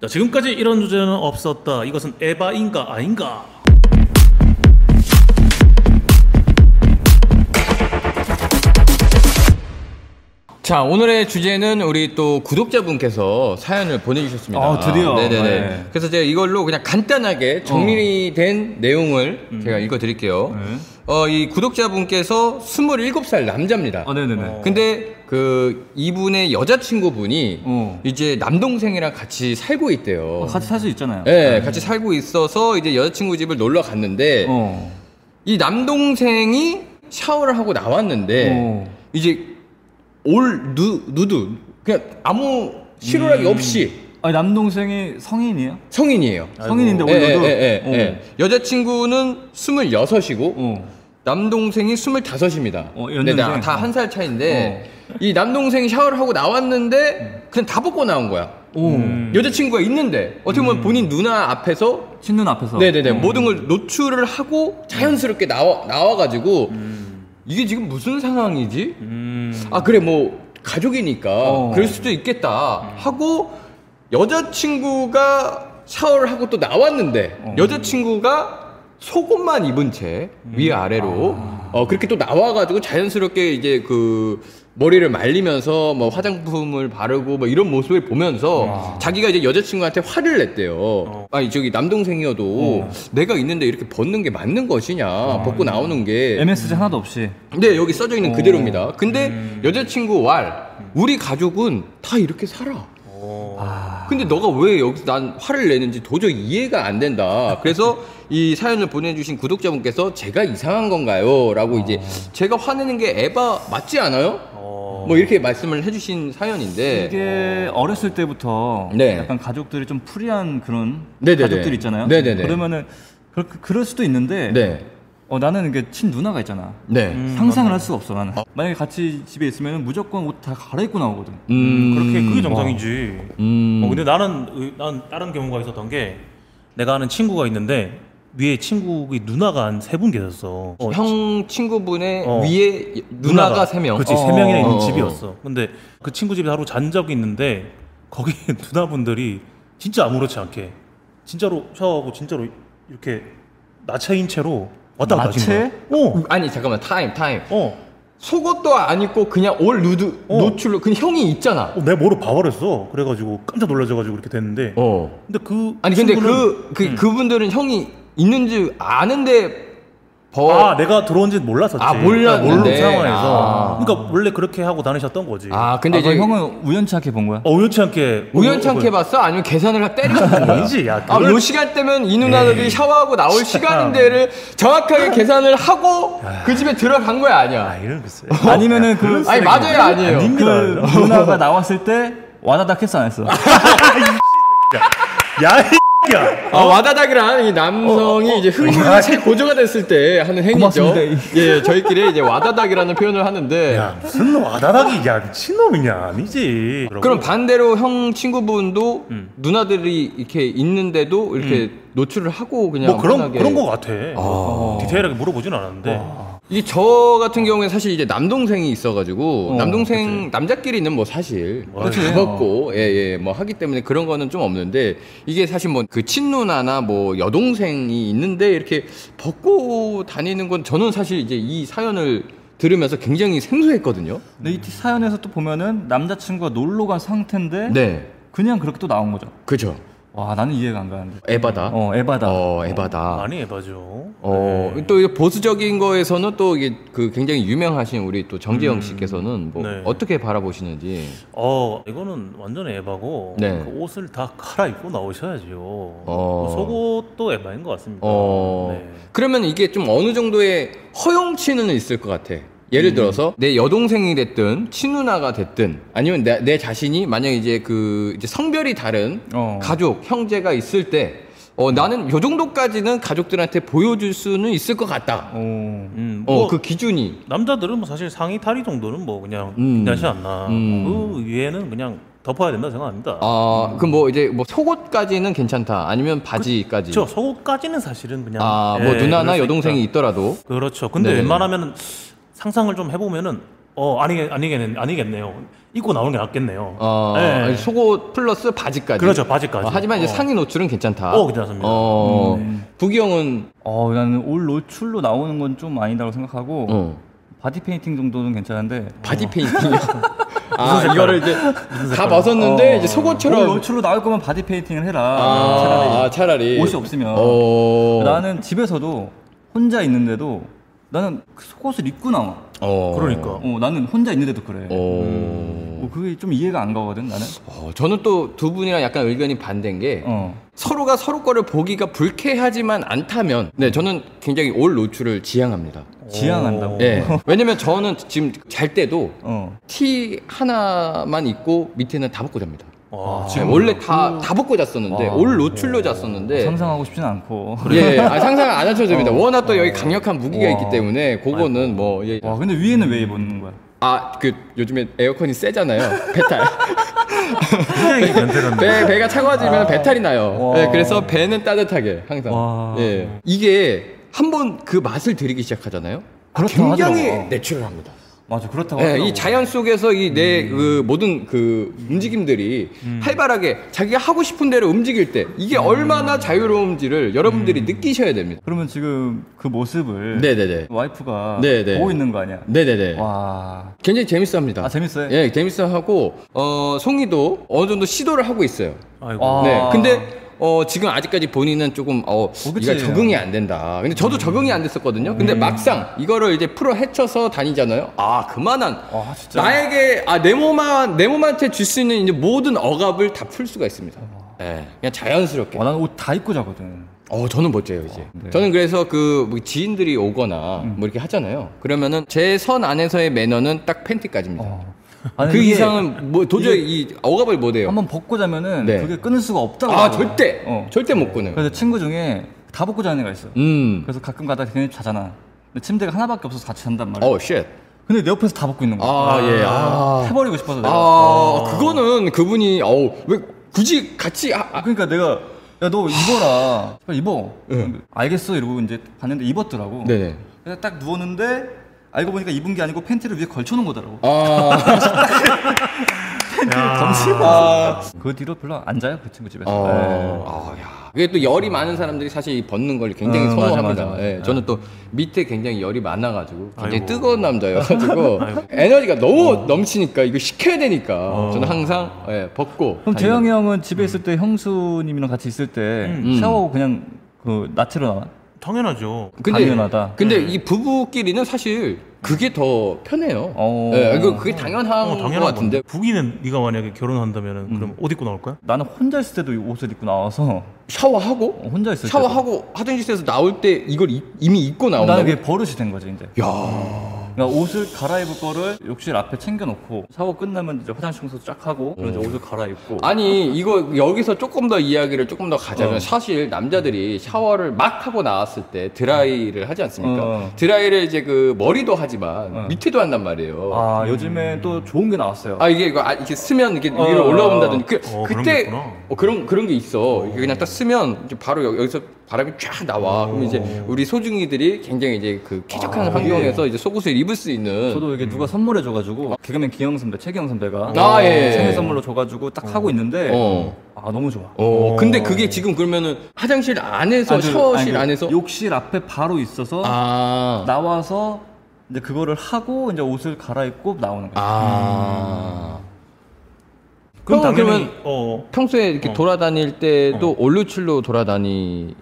자, 지금까지 이런 주제는 없었다. 이것은 에바인가 아닌가? 자 오늘의 주제는 우리 또 구독자분께서 사연을 보내주셨습니다. 아, 드디어. 네네네. 네. 어. 그래서 제가 이걸로 그냥 간단하게 정리된 내용을 제가 읽어드릴게요. 음. 네. 어, 이 구독자분께서 27살 남자입니다. 아, 네네네. 근데 그 이분의 여자친구분이 어. 이제 남동생이랑 같이 살고 있대요. 어, 같이 살 수 있잖아요. 네, 같이 살고 있어서 이제 여자친구 집을 놀러 갔는데 어. 이 남동생이 샤워를 하고 나왔는데 어. 이제 올 누, 누드 그냥 아무 음. 실오락이 없이 아니, 남동생이 성인이에요? 성인이에요. 성인인데 예, 아, 올려도. 예, 예, 어. 예. 여자친구는 26이고 어. 남동생이 25입니다. 어, 근데 연년생. 다 한 살 차인데 이 남동생이 샤워를 하고 나왔는데 그냥 다 벗고 나온 거야. 음. 여자친구가 있는데 어떻게 보면 음. 본인 누나 앞에서 친눈 앞에서. 음. 네네네 모든 걸 노출을 하고 자연스럽게 나와 나와가지고 음. 이게 지금 무슨 상황이지? 아 그래 뭐 가족이니까 어. 그럴 수도 있겠다 하고 여자친구가 샤워를 하고 또 나왔는데 여자친구가 속옷만 입은 채 음. 위아래로 어 그렇게 또 나와가지고 자연스럽게 이제 그 머리를 말리면서 뭐 화장품을 바르고 뭐 이런 모습을 보면서 자기가 이제 여자친구한테 화를 냈대요. 아니 저기 어. 남동생이어도 어. 내가 있는데 이렇게 벗는 게 맞는 것이냐 벗고 나오는 게 MSG 하나도 없이. 네, 여기 써져 있는 그대로입니다. 근데 음. 여자친구 왈, 우리 가족은 다 이렇게 살아. 근데 너가 왜 여기서 난 화를 내는지 도저히 이해가 안 된다. 그래서 이 사연을 보내주신 구독자분께서 제가 이상한 건가요? 라고 이제 어. 제가 화내는 게 에바 맞지 않아요? 뭐 이렇게 말씀을 해주신 사연인데. 이게 어렸을 때부터 네. 약간 가족들이 좀 프리한 그런 네네네. 가족들 있잖아요. 네네네. 그러면은 그렇게 그럴 수도 있는데 네. 어, 나는 이게 친 누나가 있잖아. 네. 음. 상상을 할 수가 음, 없어 나는. 만약에 같이 집에 있으면 무조건 옷 다 갈아입고 나오거든. 음. 그렇게 그게 정상이지. 음. 어, 근데 나는 의- 난 다른 경우가 있었던 게 내가 아는 친구가 있는데 위에 친구의 누나가 한 세 분 계셨어. 어, 형 친구분의 어. 위에 누나가 세명 그치 어. 세 명이나 있는 어. 집이었어. 근데 그 친구 집에 하루 잔 적이 있는데 거기 누나분들이 진짜 아무렇지 않게 진짜로 샤워하고 진짜로 이렇게 나체인 채로 왔다 갔다 나체? 하신 거야. 어, 아니, 잠깐만. 타임, 타임. 어. 속옷도 안 입고 그냥 올 누드 어. 노출로 그냥 형이 있잖아. 어, 내 머리 봐버렸어. 그래가지고 깜짝 놀라져가지고 이렇게 됐는데. 어. 근데 그 아니 근데 친구는- 그, 그 그분들은 형이 있는 줄 아는데 버. 아 내가 들어온 지 몰랐었지. 아, 몰랐는데. 모르는 상황에서. 아. 그러니까 원래 그렇게 하고 다니셨던 거지. 아, 근데 근데 이제 형은 우연찮게 본 거야. 어, 우연치 않게 우연찮게 어, 봤어? 아니면 계산을 다 때린 어, 거야? 아니지, 야. 아, 그걸- 요 시간 때면 이 누나들이 샤워하고 나올 시간인데를 정확하게 계산을 하고 그 집에 들어간 거야 아 아니야? 이런 글쎄. 아니면은 그 아니 맞아요 아니에요? 아닙니다. 그 누나가 나왔을 때 와다닥 했어 안 했어? 야, 이 X야. 아, 와다닥이란 이 남성이 이제 흥분이 체 고조가 됐을 때 하는 행위죠. 고맙습니다. 예, 저희끼리 이제 와다닥이라는 표현을 하는데 야, 무슨 놈 아다닥이, 야, 미친놈이냐. 아니지. 그럼 반대로 형 친구분도 음. 누나들이 이렇게 있는데도 이렇게 노출을 하고 그냥 뭐 그런, 편하게. 아. 그런 거 같아. 디테일하게 물어보진 않았는데. 이게 저 같은 경우에 사실 이제 남동생이 있어가지고 어, 남동생 남자끼리는 뭐 사실 다 벗고 예예 뭐 하기 때문에 그런 거는 좀 없는데 이게 사실 뭐 그 친누나나 뭐 여동생이 있는데 이렇게 벗고 다니는 건 저는 사실 이제 이 사연을 들으면서 굉장히 생소했거든요. 근데 이 사연에서 또 보면은 남자친구가 놀러 간 상태인데 네, 그냥 그렇게 또 나온 거죠. 그죠. 와 나는 이해가 안 가는데. 에바다. 어 에바다. 어, 에바다. 많이 해봐죠. 어, 네. 또 이게 보수적인 거에서는 또 이게 그 굉장히 유명하신 우리 또 정재영 씨께서는 음. 뭐 네. 어떻게 바라보시는지. 어, 이거는 완전 에바고, 네. 그 옷을 다 갈아입고 나오셔야지요. 어. 속옷도 에바인 것 같습니다. 어. 네. 그러면 이게 좀 어느 정도의 허용치는 있을 것 같아. 예를 음. 들어서 내 여동생이 됐든 친누나가 됐든 아니면 내, 내 자신이 만약 이제 그 이제 성별이 다른 어. 가족 형제가 있을 때 어, 나는 요 정도까지는 가족들한테 보여줄 수는 있을 것 같다. 어. 음, 어, 뭐, 그 기준이. 남자들은 뭐 사실 상의 탈의 정도는 뭐 그냥 음. 괜찮지 않나. 음. 그 위에는 그냥 덮어야 된다 생각합니다. 아, 그럼 뭐 이제 뭐 속옷까지는 괜찮다. 아니면 바지까지. 그렇죠. 속옷까지는 사실은 그냥 아, 뭐 예, 그럴 누나나 수 있다. 여동생이 있더라도. 그렇죠. 근데 네. 웬만하면 상상을 좀 해보면은 어 아니 아니겠 아니겠네요. 입고 나오는 게 낫겠네요. 어, 네. 아니, 속옷 플러스 바지까지. 그렇죠 바지까지. 어, 하지만 이제 어. 상의 노출은 괜찮다. 어, 괜찮습니다. 어, 음. 북이 형은 어, 나는 올 노출로 나오는 건 좀 아니다고 생각하고 어, 바디 페인팅 정도는 괜찮은데 바디 페인팅. 아, 어. 색깔? 이거를 이제 다 색깔? 벗었는데 어, 이제 올 속옷처럼. 노출로 나올 거면 바디 페인팅을 해라. 아, 아, 차라리. 차라리 옷이 없으면 어. 나는 집에서도 혼자 있는데도 나는 그 속옷을 입고 나와. 어. 그러니까. 음. 어, 나는 혼자 있는데도 그래. 어. 어, 그게 좀 이해가 안 가거든 나는. 어, 저는 또 두 분이랑 약간 의견이 반대인 게 어. 서로가 서로 거를 보기가 불쾌하지만 않다면 네 저는 굉장히 올 노출을 지향합니다. 지향한다고. 오. 네 왜냐면 저는 지금 잘 때도 어. 티 하나만 입고 밑에는 다 벗고 잡니다. 아, 네, 원래 다 다 벗고 잤었는데 아. 올 노출로 잤었는데 상상하고 싶진 않고. 예 아, 상상 안 하셔도 됩니다. 워낙 또 여기 강력한 무기가 어. 와. 있기 때문에 그거는 뭐, 예. 와 근데 위에는 왜 입었는 거야? 뭐아그 요즘에 에어컨이 세잖아요 배탈. 굉장히 변태던데. 배, 배가 차가워지면 배탈이 나요. 아. 와. 예, 그래서 배는 따뜻하게 항상. 와. 예. 이게 한 번 그 맛을 들이기 시작하잖아요. 그렇다고 굉장히 하더라고. 내추럴합니다. 맞아 그렇다고. 예, 하더라고. 이 자연 속에서 이 내 그 모든 그 움직임들이 활발하게 자기가 하고 싶은 대로 움직일 때 이게 얼마나 자유로운지를 여러분들이 느끼셔야 됩니다. 그러면 지금 그 모습을 음. 네네네. 와이프가 네네. 보고 있는 거 아니야? 네네네. 와. 굉장히 재밌어합니다. 아 재밌어요. 예, 재밌어하고 어 송이도 어느 정도 시도를 하고 있어요. 아이고. 와. 네. 근데 어 지금 아직까지 본인은 조금 어 그치. 이거 적응이 안 된다. 근데 저도 적응이 안 됐었거든요. 근데 막상 이거를 이제 풀어 헤쳐서 다니잖아요. 아 그만한 아 진짜. 나에게 아 내 몸만 내 몸한테 줄 수 있는 이제 모든 억압을 다 풀 수가 있습니다. 예, 그냥 자연스럽게. 와, 나는 옷 다 입고 자거든. 어, 저는 멋져요, 이제. 네. 저는 그래서 그뭐 지인들이 오거나 뭐 이렇게 하잖아요. 그러면은 제 선 안에서의 매너는 딱 팬티까지입니다. 어. 그 이상은 뭐 도저히 이 억압을 못 해요. 한번 벗고 자면은 네. 그게 끊을 수가 없다고. 아, 하더라고. 절대. 어. 절대 못 끊어요. 그래서 친구 중에 다 벗고 자는 애가 있어. 음. 그래서 가끔 가다 그냥 자잖아. 근데 침대가 하나밖에 없어서 같이 잔단 말이야. 어, 쉣. 근데 내 옆에서 다 벗고 있는 거야. 아, 예. 아. 해버리고 싶어서 내가. 아, 그거는 그분이 어우 왜 굳이 같이 아, 아, 아, 그러니까 내가 야 너 입어라. 빨리 입어. 알겠어 이러고 이제 봤는데 입었더라고. 예. 네네. 그래서 딱 누웠는데 알고 보니까 입은 게 아니고 팬티를 위에 걸쳐놓은 거더라고. 아, 그 아. 그 뒤로 별로 안 자요 그 친구 집에서. 어, 네. 아, 야. 이게 또 열이 많은 사람들이 사실 이 벗는 걸 굉장히 음, 선호합니다. 맞아, 네. 맞아, 맞아. 예, 저는 또 밑에 굉장히 열이 많아가지고 굉장히 아이고. 뜨거운 남자여가지고 에너지가 너무 어. 넘치니까 이거 식혀야 되니까 저는 항상 예, 벗고. 그럼 다니는- 재영이 형은 집에 있을 때 형수님이랑 같이 있을 때 음. 샤워하고 그냥 그 나체로 나와? 당연하죠. 근데, 당연하다. 네. 근데 이 부부끼리는 사실 그게 더 편해요. 어. 예, 이거 그게 당연한 어, 것 당연한 같은데. 건데. 음. 북이는 네가 만약에 결혼한다면 은 그럼 옷 입고 나올 거야? 나는 혼자 있을 때도 이 옷을 입고 나와서 샤워하고 어, 혼자 있을 샤워하고 화장실에서 나올 때 이걸 이, 이미 입고 때도 나는 나온다고? 어. 그게 버릇이 된 거지 이제. 야. 그러니까 옷을 갈아입을 거를 욕실 앞에 챙겨놓고 샤워 끝나면 이제 화장실 청소 쫙 하고 그리고 어. 이제 옷을 갈아입고. 아니 이거 여기서 조금 더 이야기를 조금 더 가자면 사실 남자들이 샤워를 막 하고 나왔을 때 드라이를 하지 않습니까? 어. 드라이를 이제 그 머리도 하지만 어. 밑에도 한단 말이에요. 아. 아 요즘에 또 좋은 게 나왔어요. 이게 이거 아, 이렇게 쓰면 이게 어. 위로 올라온다든지 그, 어, 그런 게 그때 있구나. 어, 그런 그런 게 있어 이게 그냥 딱 쓰면 이제 바로 여- 여기서 바람이 쫙 나와 그럼 이제 우리 소중이들이 굉장히 이제 그 쾌적한 환경에서 이제 속옷을 입을 수 있는 저도 이게 누가 선물해 줘가지고 개그맨 기영 선배, 최기영 선배가 음. 아, 예. 생일 선물로 줘가지고 딱 하고 있는데 어. 아 너무 좋아. 어, 근데 그게 지금 그러면은 화장실 안에서 아니, 그- 아니, 샤워실 그 안에서 욕실 앞에 바로 있어서 아. 나와서 이제 그거를 하고 이제 옷을 갈아입고 나오는 거야. 아. 그럼 형, 당연히 그러면- 어, 평소에 이렇게 돌아다닐 때도 올루출로 돌아다니.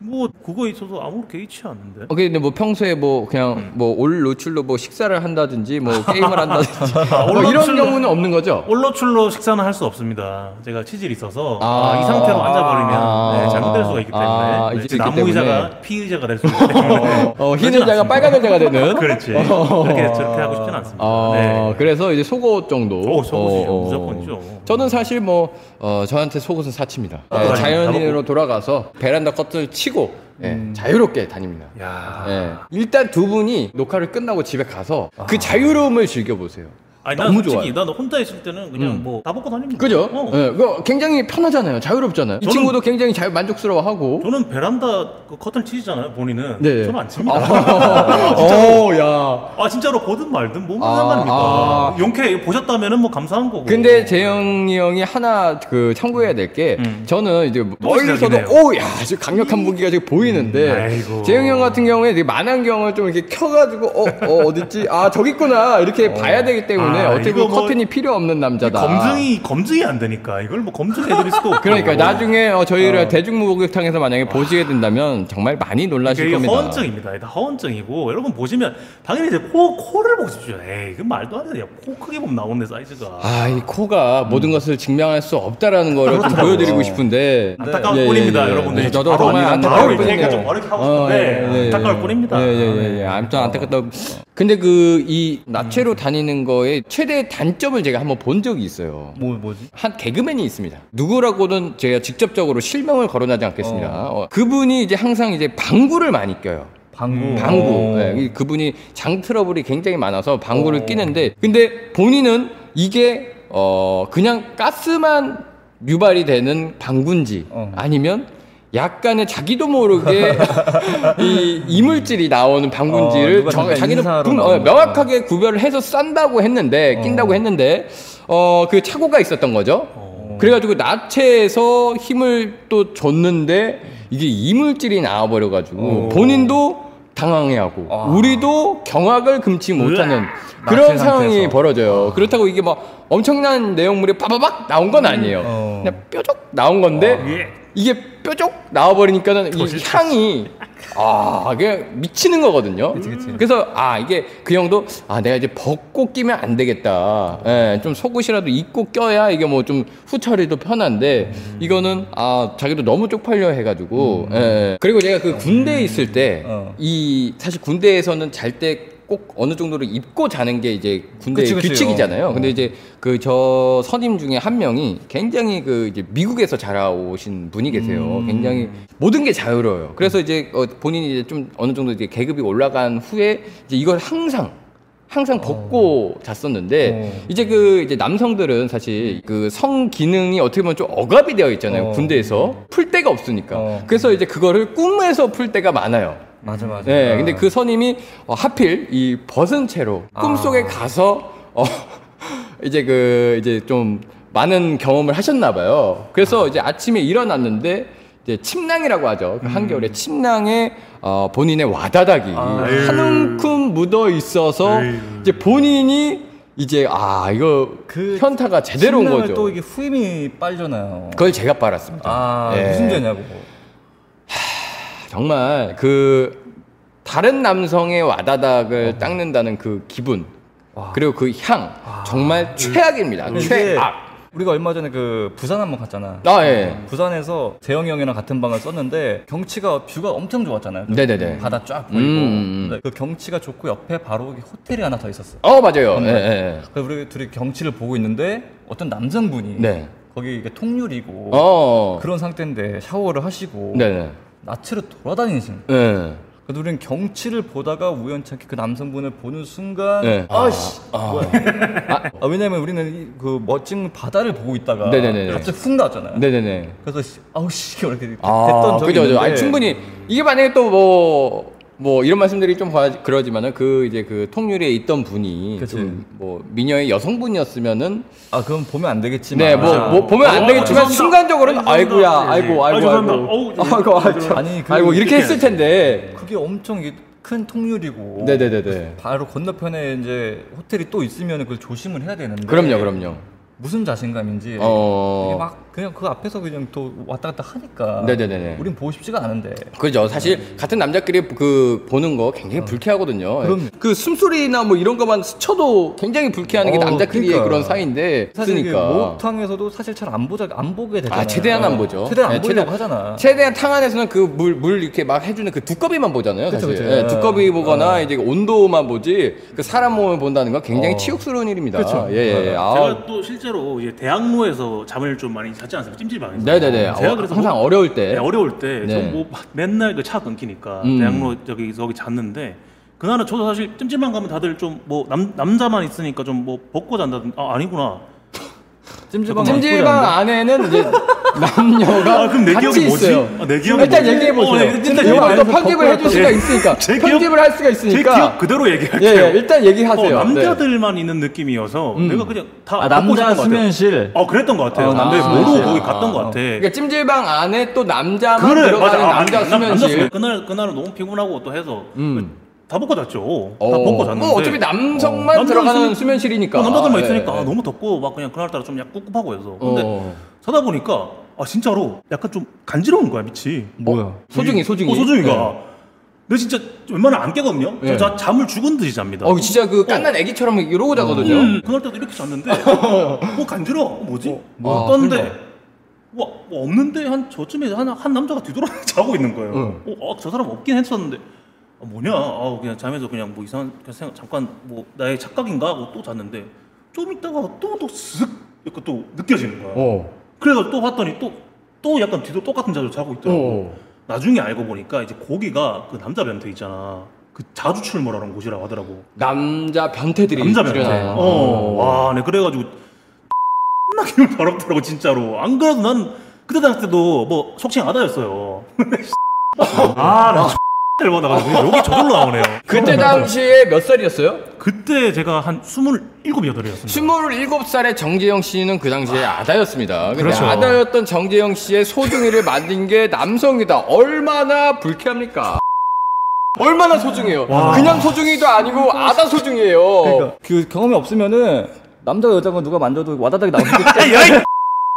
뭐 그거에 있어서 아무 개의치 않는데. 어, 근데 뭐 평소에 뭐 그냥 음. 뭐 올루출로 뭐 식사를 한다든지 뭐 게임을 한다든지 뭐 이런 아, 올루출로- 경우는 없는 거죠? 올로출로 식사는 할 수 없습니다. 제가 치질이 있어서 아. 아, 이 상태로 앉아버리면 아. 네, 잘못될 수가 있기 때문에 아, 네, 있기 나무 때문에. 의자가 피 의자가 될 수 있기 때문에 어, 흰 의자가 빨간 의자가 되는. 그렇지 그렇게 저렇게 하고 싶진 않습니다. 어, 네. 그래서 이제 속옷 정도. 오, 속옷이죠. 어, 어, 무조건이죠. 저는 사실 뭐, 어, 저한테 속옷은 사치입니다. 아, 예, 그럼요. 자연인으로 돌아가서 베란다 커튼을 치고, 예, 음. 자유롭게 다닙니다. 야 네. 아. 예. 일단 두 분이 녹화를 끝나고 집에 가서 그 자유로움을 그 즐겨보세요. 아니 난 너무 솔직히 난 혼자 있을 때는 그냥 뭐 다 벗고 다닙니다. 그죠? 어. 예, 그거 굉장히 편하잖아요. 자유롭잖아요. 이 저는- 친구도 굉장히 자유 만족스러워하고. 저는 베란다 그 커튼 치시잖아요 본인은. 어? 네. 저는 안 칩니다. 어, 야. 아 진짜로 보든 말든 뭐 무슨 아, 상관입니까? 아. 용케 보셨다면은 뭐 감사한 거고. 근데 재영이 형이 하나 그 참고해야 될 게 음. 저는 저는 이제 뭐 시작이네요. 멀리서도 오야 아주 강력한 무기가 지금 음, 보이는데 아이고. 재영이 형 같은 경우에 되게 만안경을 좀 이렇게 켜가지고 어, 어 어딨지 아 저기 있구나 이렇게 봐야 되기 때문에 어. 아, 어떻게 이거 보면 뭐 커튼이 필요 없는 남자다. 검증이 검증이 안 되니까 이걸 뭐 검증해드릴 수도 없고. 그러니까 나중에 어, 저희를 어. 아. 대중목욕탕에서 만약에 보시게 된다면 정말 많이 놀라실 그러니까 이게 겁니다. 허언증입니다. 이게 다 허언증이고 여러분 보시면 당연히 이제 코 코를 보십시오. 에이 그 말도 안 돼요. 코 크게 보면 나오네 사이즈가. 아, 이 코가 모든 것을 증명할 수 없다라는 거를 좀 그렇더라고요. 보여드리고 싶은데. 안타까운 예, 예, 꼴입니다, 예. 여러분들. 네, 저도 바로 정말 아니면 안타까울 바로 뿐이네요. 이렇게 좀 어렵게 하고 싶은데 안타까울 뿐입니다. 예, 예, 예, 예. 아무튼 안타깝다. 근데 그, 이, 나체로 다니는 거의 최대의 단점을 제가 한번 본 적이 있어요. 뭐 뭐지? 한 개그맨이 있습니다. 누구라고는 제가 직접적으로 실명을 거론하지 않겠습니다. 어, 그분이 이제 항상 이제 방구를 많이 껴요. 방구. 방구. 어. 네, 이- 그분이 장 트러블이 굉장히 많아서 방구를 끼는데, 근데 본인은 이게 어 그냥 가스만 유발이 되는 방구인지 어. 아니면 약간의 자기도 모르게 이 이물질이 나오는 어, 방구인지를 누가 정- 잠깐 자기는 인사하러 분- 어, 나오는 거. 명확하게 구별을 해서 싼다고 했는데 낀다고 했는데 어 그 착오가 있었던 거죠. 그래가지고 나체에서 힘을 또 줬는데 이게 이물질이 나와버려가지고 본인도 당황해하고 아. 우리도 경악을 금치 못하는 나체 그런 상황이 상태에서. 벌어져요. 그렇다고 이게 막 엄청난 내용물이 빠바박 나온 건 아니에요. 어. 아, 예. 그냥 뾰족 나온 건데 예. 이게 뾰족 나와버리니까는 이 향이 아 이게 미치는 거거든요. 그치. 그래서 아 이게 그 형도 아 내가 이제 벗고 끼면 안 되겠다. 예, 좀 속옷이라도 입고 껴야 이게 뭐 좀 후처리도 편한데 음. 이거는 아 자기도 너무 쪽팔려 해가지고 예. 그리고 제가 그 군대에 있을 때 이 어. 사실 군대에서는 잘 때 꼭 어느 정도로 입고 자는 게 이제 군대의 그치, 그치. 규칙이잖아요. 어. 근데 이제 그 저 선임 중에 한 명이 굉장히 그 이제 미국에서 자라오신 분이 음. 계세요. 굉장히 모든 게 자유로워요. 그래서 이제 어, 본인이 이제 좀 어느 정도 이제 계급이 올라간 후에 이제 이걸 항상 항상 벗고 잤었는데 어. 이제 그 이제 남성들은 사실 그 성 기능이 어떻게 보면 좀 억압이 되어 있잖아요 어. 군대에서 풀 데가 없으니까 어. 그래서 이제 그거를 꿈에서 풀 때가 많아요. 맞아 맞아. 네, 근데 그 선임이 어, 하필 이 벗은 채로 아. 꿈속에 가서 어, 이제 그 이제 좀 많은 경험을 하셨나 봐요. 그래서 이제 아침에 일어났는데 이제 침낭이라고 하죠. 그 음. 한겨울에 침낭에 어, 본인의 와다닥이 아. 한 움큼 묻어 있어서 에휴. 이제 본인이 이제 아 이거 그 현타가 제대로 온 신랑을 거죠. 또 이게 후임이 빨잖아요. 그걸 제가 빨았습니다. 아 예. 무슨 죄냐고. 정말 그 다른 남성의 와다닥을 어. 닦는다는 그 기분 그리고 그 향 아. 음. 정말 최악입니다 최악 우리가 얼마 전에 그 부산 한번 갔잖아. 아 예. 부산에서 재영이 형이랑 같은 방을 썼는데 경치가 뷰가 엄청 좋았잖아요. 그 네네네. 바다 쫙 보이고 음, 음. 네, 그 경치가 좋고 옆에 바로 이게 호텔이 하나 더 있었어. 어 음. 맞아요. 예, 예. 그래서 우리 둘이 경치를 보고 있는데 어떤 남성분이 네. 거기 이게 통유리고 어. 그런 상태인데 샤워를 하시고 네네. 나체로 돌아다니시는. 거예요. 예. 그래서 우리는 경치를 보다가 우연찮게 그 남성분을 보는 순간 네. 아씨 아, 왜냐면 우리는 이- 그 멋진 바다를 보고 있다가 네네네네. 갑자기 훅 나왔잖아요. 네네네. 그래서 씨, 아우 씨 이렇게 됐던 아, 그죠, 적이 그죠. 있는데 아니, 충분히 이게 만약에 또 뭐, 뭐 이런 말씀들이 좀 과- 그러지만은 그 이제 그 통유리에 있던 분이 그치. 좀 뭐 미녀의 여성분이었으면은 아 그럼 보면 안 되겠지만 네, 뭐, 맞아. 뭐 보면 안 어, 되겠지만 죄송합니다. 순간적으로는 죄송합니다. 아이고야, 아이고, 아, 아이고, 죄송합니다. 아이고, 어우, 아이고, 아이고, 아니, 그 아이고 이렇게 이렇게 했을 텐데. 그게 엄청 이게 큰 통유리고 네네네네. 바로 건너편에 이제 호텔이 또 있으면 그걸 조심을 해야 되는데 그럼요, 그럼요. 무슨 자신감인지 어. 이게 막 그냥 그 앞에서 그냥 또 왔다 갔다 하니까 네네네네. 우린 보고 싶지가 않은데 그죠. 사실 같은 남자끼리 그 보는 거 굉장히 불쾌하거든요. 어. 그럼요. 그 숨소리나 뭐 이런 것만 스쳐도 굉장히 불쾌하는 게 어, 남자끼리의 그러니까. 그런 사이인데. 사실 이게 뭐 그러니까. 목욕탕에서도 사실 잘 안 보자 안 보게 되잖아요 아, 최대한 안 보죠. 최대한 안 네, 보려고 최대한- 하잖아 최대한 탕 안에서는 그 물 물 이렇게 막 해주는 그 두꺼비만 보잖아요. 그쵸, 사실 그쵸. 예, 예. 두꺼비 보거나 이제 온도만 보지 그 사람 몸을 본다는 건 굉장히 치욕스러운 일입니다. 어. 그쵸. 예, 예. 아, 제가 또 실제로 이제 대학로에서 잠을 좀 많이 자지 않습니까? 찜질방에서. 네네네. 제가 어, 그래서 항상 뭐- 어려울 때. 네, 어려울 때 네. 저뭐 맨날 그 차 끊기니까 음. 대학로 저기 저기 잤는데 그날은 저도 사실 찜찜한 가면 다들 좀 뭐 남자만 있으니까 좀 뭐 벗고 잔다든지 아 아니구나 찜질방 찜질방 안에는 이제 남녀가 아, 그럼 내 같이 기억이 뭐지? 있어요. 아, 내 기억이 일단 뭐지? 얘기해 보세요. 어, 네, 일단 일단 얘기해 아까 보세요. 어, 네. 편집을 해줄 수가 있으니까 제 기억- 편집을 할 수가 제 기억 있으니까 그대로 그러니까 예, 얘기할게요 예, 일단 얘기하세요. 어, 네. 음. 남자들만 있는 느낌이어서 내가 그냥 다 벗고 아, 남자 싶은 것 같아요. 수면실. 어 그랬던 것 같아요 어, 남자 근데 수면실. 모르고 거기 아, 갔던 것 아, 같아 그러니까 찜질방 안에 또 남자만 그래 들어가는 맞아 아, 남자 남- 남자 수면. 수면실. 그날 그날은 너무 피곤하고 또 해서 음. 다 벗고 잤죠 어, 다 벗고 잤는데 뭐 어차피 남성만 어, 들어가는 남자는 수면실이니까. 어, 남자들만 예, 있으니까 예. 아, 너무 덥고 막 그냥 그날따라 좀 약간 꿉꿉하고 해서 근데 어. 자다 보니까 아 진짜로 약간 좀 간지러운 거야 밑이 뭐야? 소중히 소중히. 어, 소중이가 예. 근데 진짜 웬만하면 안 깨거든요 예. 저 자, 잠을 죽은 듯이 잡니다 어 진짜 그 깐난 애기처럼 이러고 자거든요. 음, 그날 때도 이렇게 잤는데 뭐 간지러워 뭐지? 뭐, 떴는데 와, 뭐 없는데 한 저쯤에 한, 한 남자가 뒤돌아 자고 있는 거예요 어, 아, 저 사람 없긴 했었는데 아, 뭐냐 아, 그냥 잠에서 그냥 뭐 이상한 그냥 생각, 잠깐 뭐 나의 착각인가 하고 또 잤는데 좀 있다가 또또쓱 이렇게 또 느껴지는 거야 어. 그래서 또 봤더니 또, 또 약간 뒤도 똑같은 자세로 자고 있더라고. 어. 나중에 알고 보니까 이제 고기가 그 남자 변태 있잖아. 그 자주 출몰하는 곳이라고 하더라고. 남자 변태들이 네. 남자 변태. 출연하는. 어. 와, 네 그래가지고 나 기분 더럽더라고 진짜로. 안 그래도 난 그때 당시 때도 뭐 속칭 아다였어요. 아, 나 X를 받아가지고 여기 저절로 나오네요. 그때 당시에 몇 살이었어요? 그때 제가 한 27, 8이었습니다. 27살의 정재영 씨는 그 당시에 아다였습니다. 근데 그렇죠. 아다였던 정재영 씨의 소중이를 만든 게 남성이다. 얼마나 불쾌합니까? 얼마나 소중해요. 와. 그러니까. 그냥 소중이도 아니고 아다 소중이에요. 그 경험이 없으면은 남자가 여자가 누가 만져도 와다닥이 나오기 야, 야, 이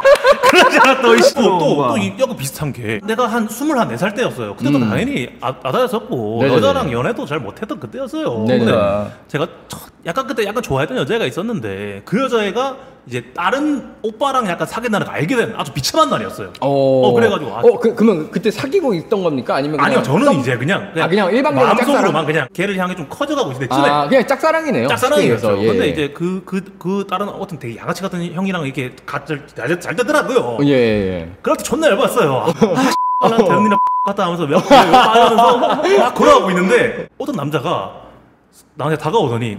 그러지 않았다, 이 씨. 뭐, 또, 또, 뭔가. 또, 이- 여기 비슷한 게. 내가 한 24살 때였어요. 그때도 당연히 아, 아다였었고, 음. 네네네. 여자랑 연애도 잘 못했던 그때였어요. 네네. 근데 제가 첫- 약간 그때 약간 좋아했던 여자애가 있었는데, 그 여자애가 이제 다른 오빠랑 약간 사귄다는 걸 알게 된 아주 비참한 날이었어요. 어, 그래가지고, 아, 어, 그, 그러면 그때 사귀고 있던 겁니까? 아니면 그냥 아니요, 저는 이제 그냥. 아, 그냥 일방적인 짝사랑? 마음속으로만 그냥 걔를 향해 좀 커져가고 있는데, 집에. 아, 그냥 짝사랑이네요. 짝사랑이었죠. 예. 근데 이제 그 그 그 다른 어떤 되게 양아치 같은 형이랑 이렇게 같이 잘, 잘 되더라고요. 예, 예. 그럴 때 존나 열받았어요. 아, 나 대현이랑 같다 하면서 몇 번을 빠져면서 막 걸어가고 있는데 어떤 남자가 나한테 다가오더니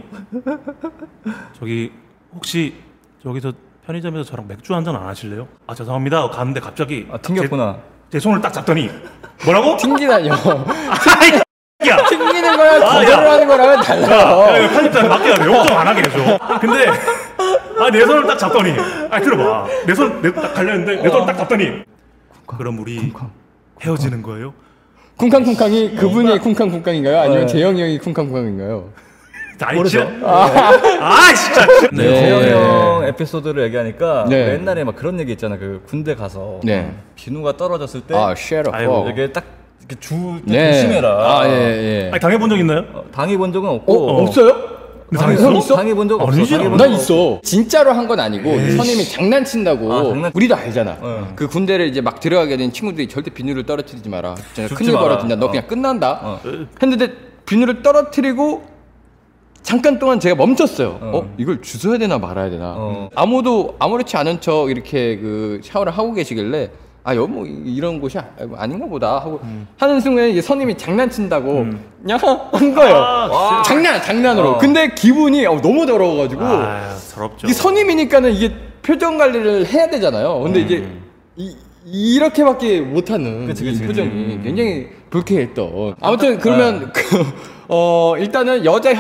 저기 혹시 저기서 편의점에서 저랑 맥주 한 잔 안 하실래요? 아 죄송합니다. 하고 갔는데 갑자기 아, 튕겼구나. 제, 제 손을 딱 잡더니 뭐라고? 튕기다뇨. 아, 야, 튕기는 거랑 거절을 하는 거랑은 달라요. 야, 이거 편집장 맡겨야 돼. 욕좀 안 하게 해줘. 근데, 아, 내 손을 딱 잡더니, 아, 들어봐. 내 손, 내딱 갈렸는데, 내 어. 손을 딱 잡더니, 그럼 우리 헤어지는 거예요? 쿵쾅쿵쾅이 그분이 쿵쾅쿵쾅인가요? 아니면 네. 재영이 형이 쿵쾅쿵쾅인가요? 아니, 진짜. 아, 진짜. 네. 네. 재영 형 에피소드를 얘기하니까 네. 옛날에 막 그런 얘기 있잖아. 그 군대 가서 네. 비누가 떨어졌을 때 아, 쉐러. 아이고, 이게 딱 네. 이렇게 줄때 조심해라. 아, 예, 예. 네. 아니, 당해본 적 있나요? 어, 당해본 적은 어, 없고 없어요? 당했어? 당해본, 당해본 적 없어. 아니지. 당해본 나 적 있어. 진짜로 한 건 아니고 선임이 장난친다고. 아, 장난- 우리도 알잖아. 어. 그 군대를 이제 막 들어가게 된 친구들이 절대 비누를 떨어뜨리지 마라. 진짜 죽지 큰일 마라. 벌어진다. 너 어. 그냥 끝난다. 어. 했는데 비누를 떨어뜨리고 잠깐 동안 제가 멈췄어요. 어, 이걸 주워야 되나 말아야 되나. 어. 아무도 아무렇지 않은 척 이렇게 그 샤워를 하고 계시길래 아, 여, 뭐, 이- 이런 곳이 아- 아닌가 보다 하고 음. 하는 순간에 이제 선임이 장난친다고 야, 한 거예요. 아, 와. 장난, 장난으로. 어. 그렇죠. 근데 기분이 어, 너무 더러워가지고 아, 서럽죠. 이게 선임이니까는 이게 표정 관리를 해야 되잖아요. 근데 이게 이, 이렇게밖에 못하는 음. 그치, 이 그치, 음. 표정이 굉장히 불쾌했던. 아무튼 그러면 그, 어 일단은 여자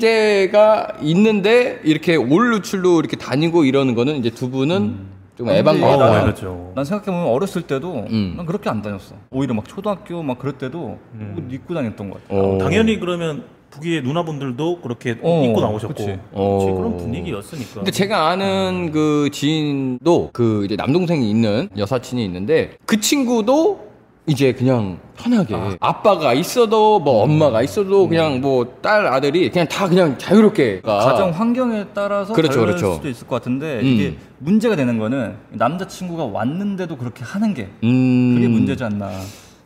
형제가 있는데 이렇게 올루출로 이렇게 다니고 이러는 거는 이제 두 분은 음. 좀 애반 어, 거다. 네, 그렇죠. 난 생각해보면 어렸을 때도 음. 난 그렇게 안 다녔어. 오히려 막 초등학교 막 그럴 때도 옷 입고 다녔던 것 같아. 어. 당연히 그러면 북위의 누나분들도 그렇게 어, 입고 나오셨고. 그치. 그치, 어. 그런 분위기였으니까. 음. 근데 제가 아는 그 지인도 그 이제 남동생이 있는 여사친이 있는데 그 친구도 이제 그냥 편하게 아. 빠가 있어도 뭐 음. 엄마가 있어도 그냥 뭐 딸 아들이 그냥 다 그냥 자유롭게 가정 환경에 따라서 그 아. 그렇죠, 렇 그렇죠. 수도 있을 것 같은데 음. 이게 문제가 되는 거는 남자친구가 왔는데도 그렇게 하는 게 음 그게 문제지 않나.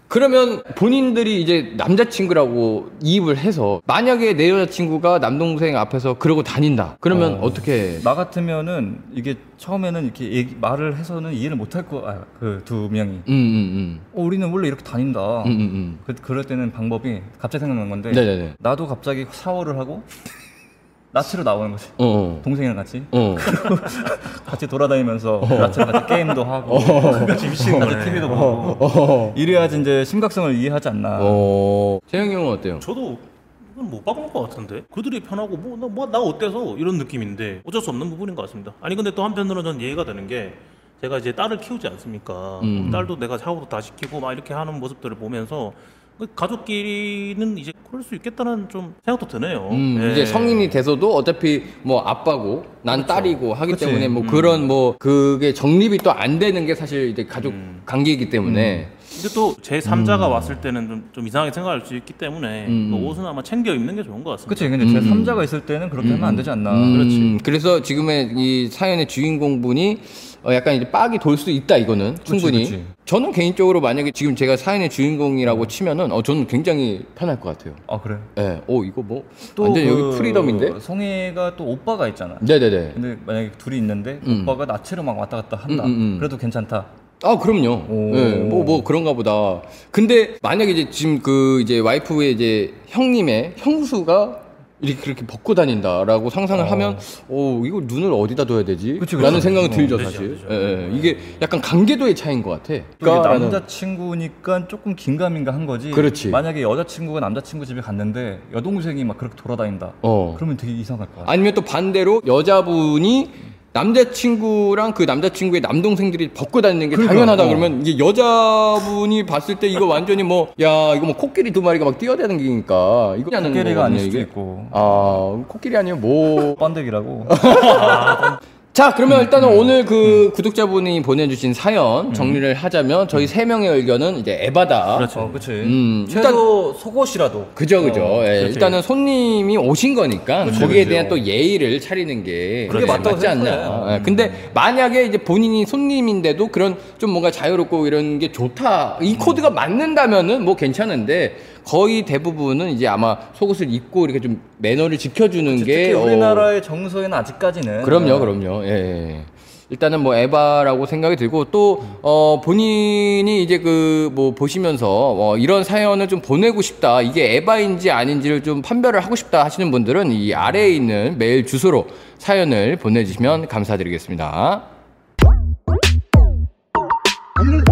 그러면 본인들이 이제 남자친구라고 이입을 해서 만약에 내 여자친구가 남동생 앞에서 그러고 다닌다. 그러면 어... 떻게 나 같으면은 이게 처음에는 이렇게 얘기- 말을 해서는 이해를 못할 거야. 그 두 명이. 음, 음, 어, 우리는 원래 이렇게 다닌다. 음. 음, 음, 그, 그럴 때는 방법이 갑자기 생각난 건데 음. 네네네. 나도 갑자기 샤워를 하고 나트로 나오는 거지. 어, 어. 동생이랑 같이 어. 같이 돌아다니면서 나트랑 같이 게임도 하고 같이 미친 같이 TV도 보고 어. 이래야지 이제 심각성을 이해하지 않나. 어. 재영이 형은 어때요? 저도 이건 못 바꾼 것 같은데 그들이 편하고 뭐 나 뭐, 나 어때서 이런 느낌인데 어쩔 수 없는 부분인 것 같습니다 아니 근데 또 한편으로는 전 이해가 되는 게 제가 이제 딸을 키우지 않습니까 음. 딸도 내가 샤워도 다 시키고 막 이렇게 하는 모습들을 보면서 그 가족끼리는 이제 그럴 수 있겠다는 좀 생각도 드네요 음, 예. 이제 성인이 돼서도 어차피 뭐 아빠고 난 딸이고 하기 그렇죠. 그치. 음. 때문에 뭐 그런 뭐 그게 정립이 또 안 되는 게 사실 이제 가족 음. 관계이기 때문에 근데 또 제 3자가 왔을 때는 좀, 좀 이상하게 생각할 수 있기 때문에 음. 그 옷은 아마 챙겨 입는 게 좋은 것 같습니다 그치 근데 제 3자가 있을 때는 그렇게 하면 안 되지 않나. 음, 그래서 지금의 이 사연의 주인공 분이 어, 약간 이제 빡이 돌 수 있다 이거는 충분히. 그치. 음. 저는 개인적으로 만약에 지금 제가 사연의 주인공이라고 치면은 어 저는 굉장히 편할 것 같아요. 아 그래. 그 예, 오 이거 뭐 완전 여기 프리덤인데. 어, 성혜가 또 오빠가 있잖아. 네네네. 근데 만약에 둘이 있는데 음. 오빠가 나체로 막 왔다 갔다 한다. 음, 음, 음. 그래도 괜찮다. 아, 그럼요. 오. 예, 뭐, 뭐, 그런가 보다. 근데, 만약에 이제 지금 그, 이제 와이프의 이제 형님의 형수가 이렇게 그렇게 벗고 다닌다라고 상상을 하면, 오, 이거 눈을 어디다 둬야 되지? 어. 그치, 그치. 라는 생각이 어, 들죠, 되죠, 사실. 되죠. 예, 예. 이게 약간 관계도의 차이인 것 같아. 그러니까 또 이게 라는- 남자친구니까 조금 긴가민가 한 거지. 그렇지. 만약에 여자친구가 남자친구 집에 갔는데 여동생이 막 그렇게 돌아다닌다. 어. 그러면 되게 이상할 것 같아. 아니면 또 반대로 여자분이 남자친구랑 그 남자친구의 남동생들이 벗고 다니는 게 그러니까, 당연하다 어. 그러면 이게 여자분이 봤을 때 이거 완전히 뭐 야 이거 뭐 코끼리 두 마리가 막 뛰어다니는 게니까 이거 하는 코끼리가 거거든요, 아닐 수도 이게. 있고. 아 코끼리 아니면 뭐 번데기라고. 자, 음, 그러면 일단은 오늘 그 구독자분이 보내주신 사연 음. 정리를 하자면 저희 세 명의 의견은 이제 에바다. 그렇죠. 어, 그치. 음, 최소 속옷이라도. 그죠, 그죠. 어, 예, 그렇지. 일단은 손님이 오신 거니까 거기에 그렇죠. 대한 또 예의를 차리는 게 그게 네, 맞다고 맞지 않나. 생각해요. 음. 예, 근데 만약에 이제 본인이 손님인데도 그런 좀 뭔가 자유롭고 이런 게 좋다. 음. 이 코드가 맞는다면은 뭐 괜찮은데 거의 대부분은 이제 아마 속옷을 입고 이렇게 좀 매너를 지켜주는 게 특히 어, 우리나라의 정서에는 아직까지는. 어. 네. 그럼요, 그럼요. 예, 예. 일단은 뭐 에바라고 생각이 들고 또 어, 본인이 이제 그 뭐 보시면서 어, 이런 사연을 좀 보내고 싶다. 이게 에바인지 아닌지를 좀 판별을 하고 싶다 하시는 분들은 이 아래에 있는 메일 주소로 사연을 보내주시면 감사드리겠습니다. Hello.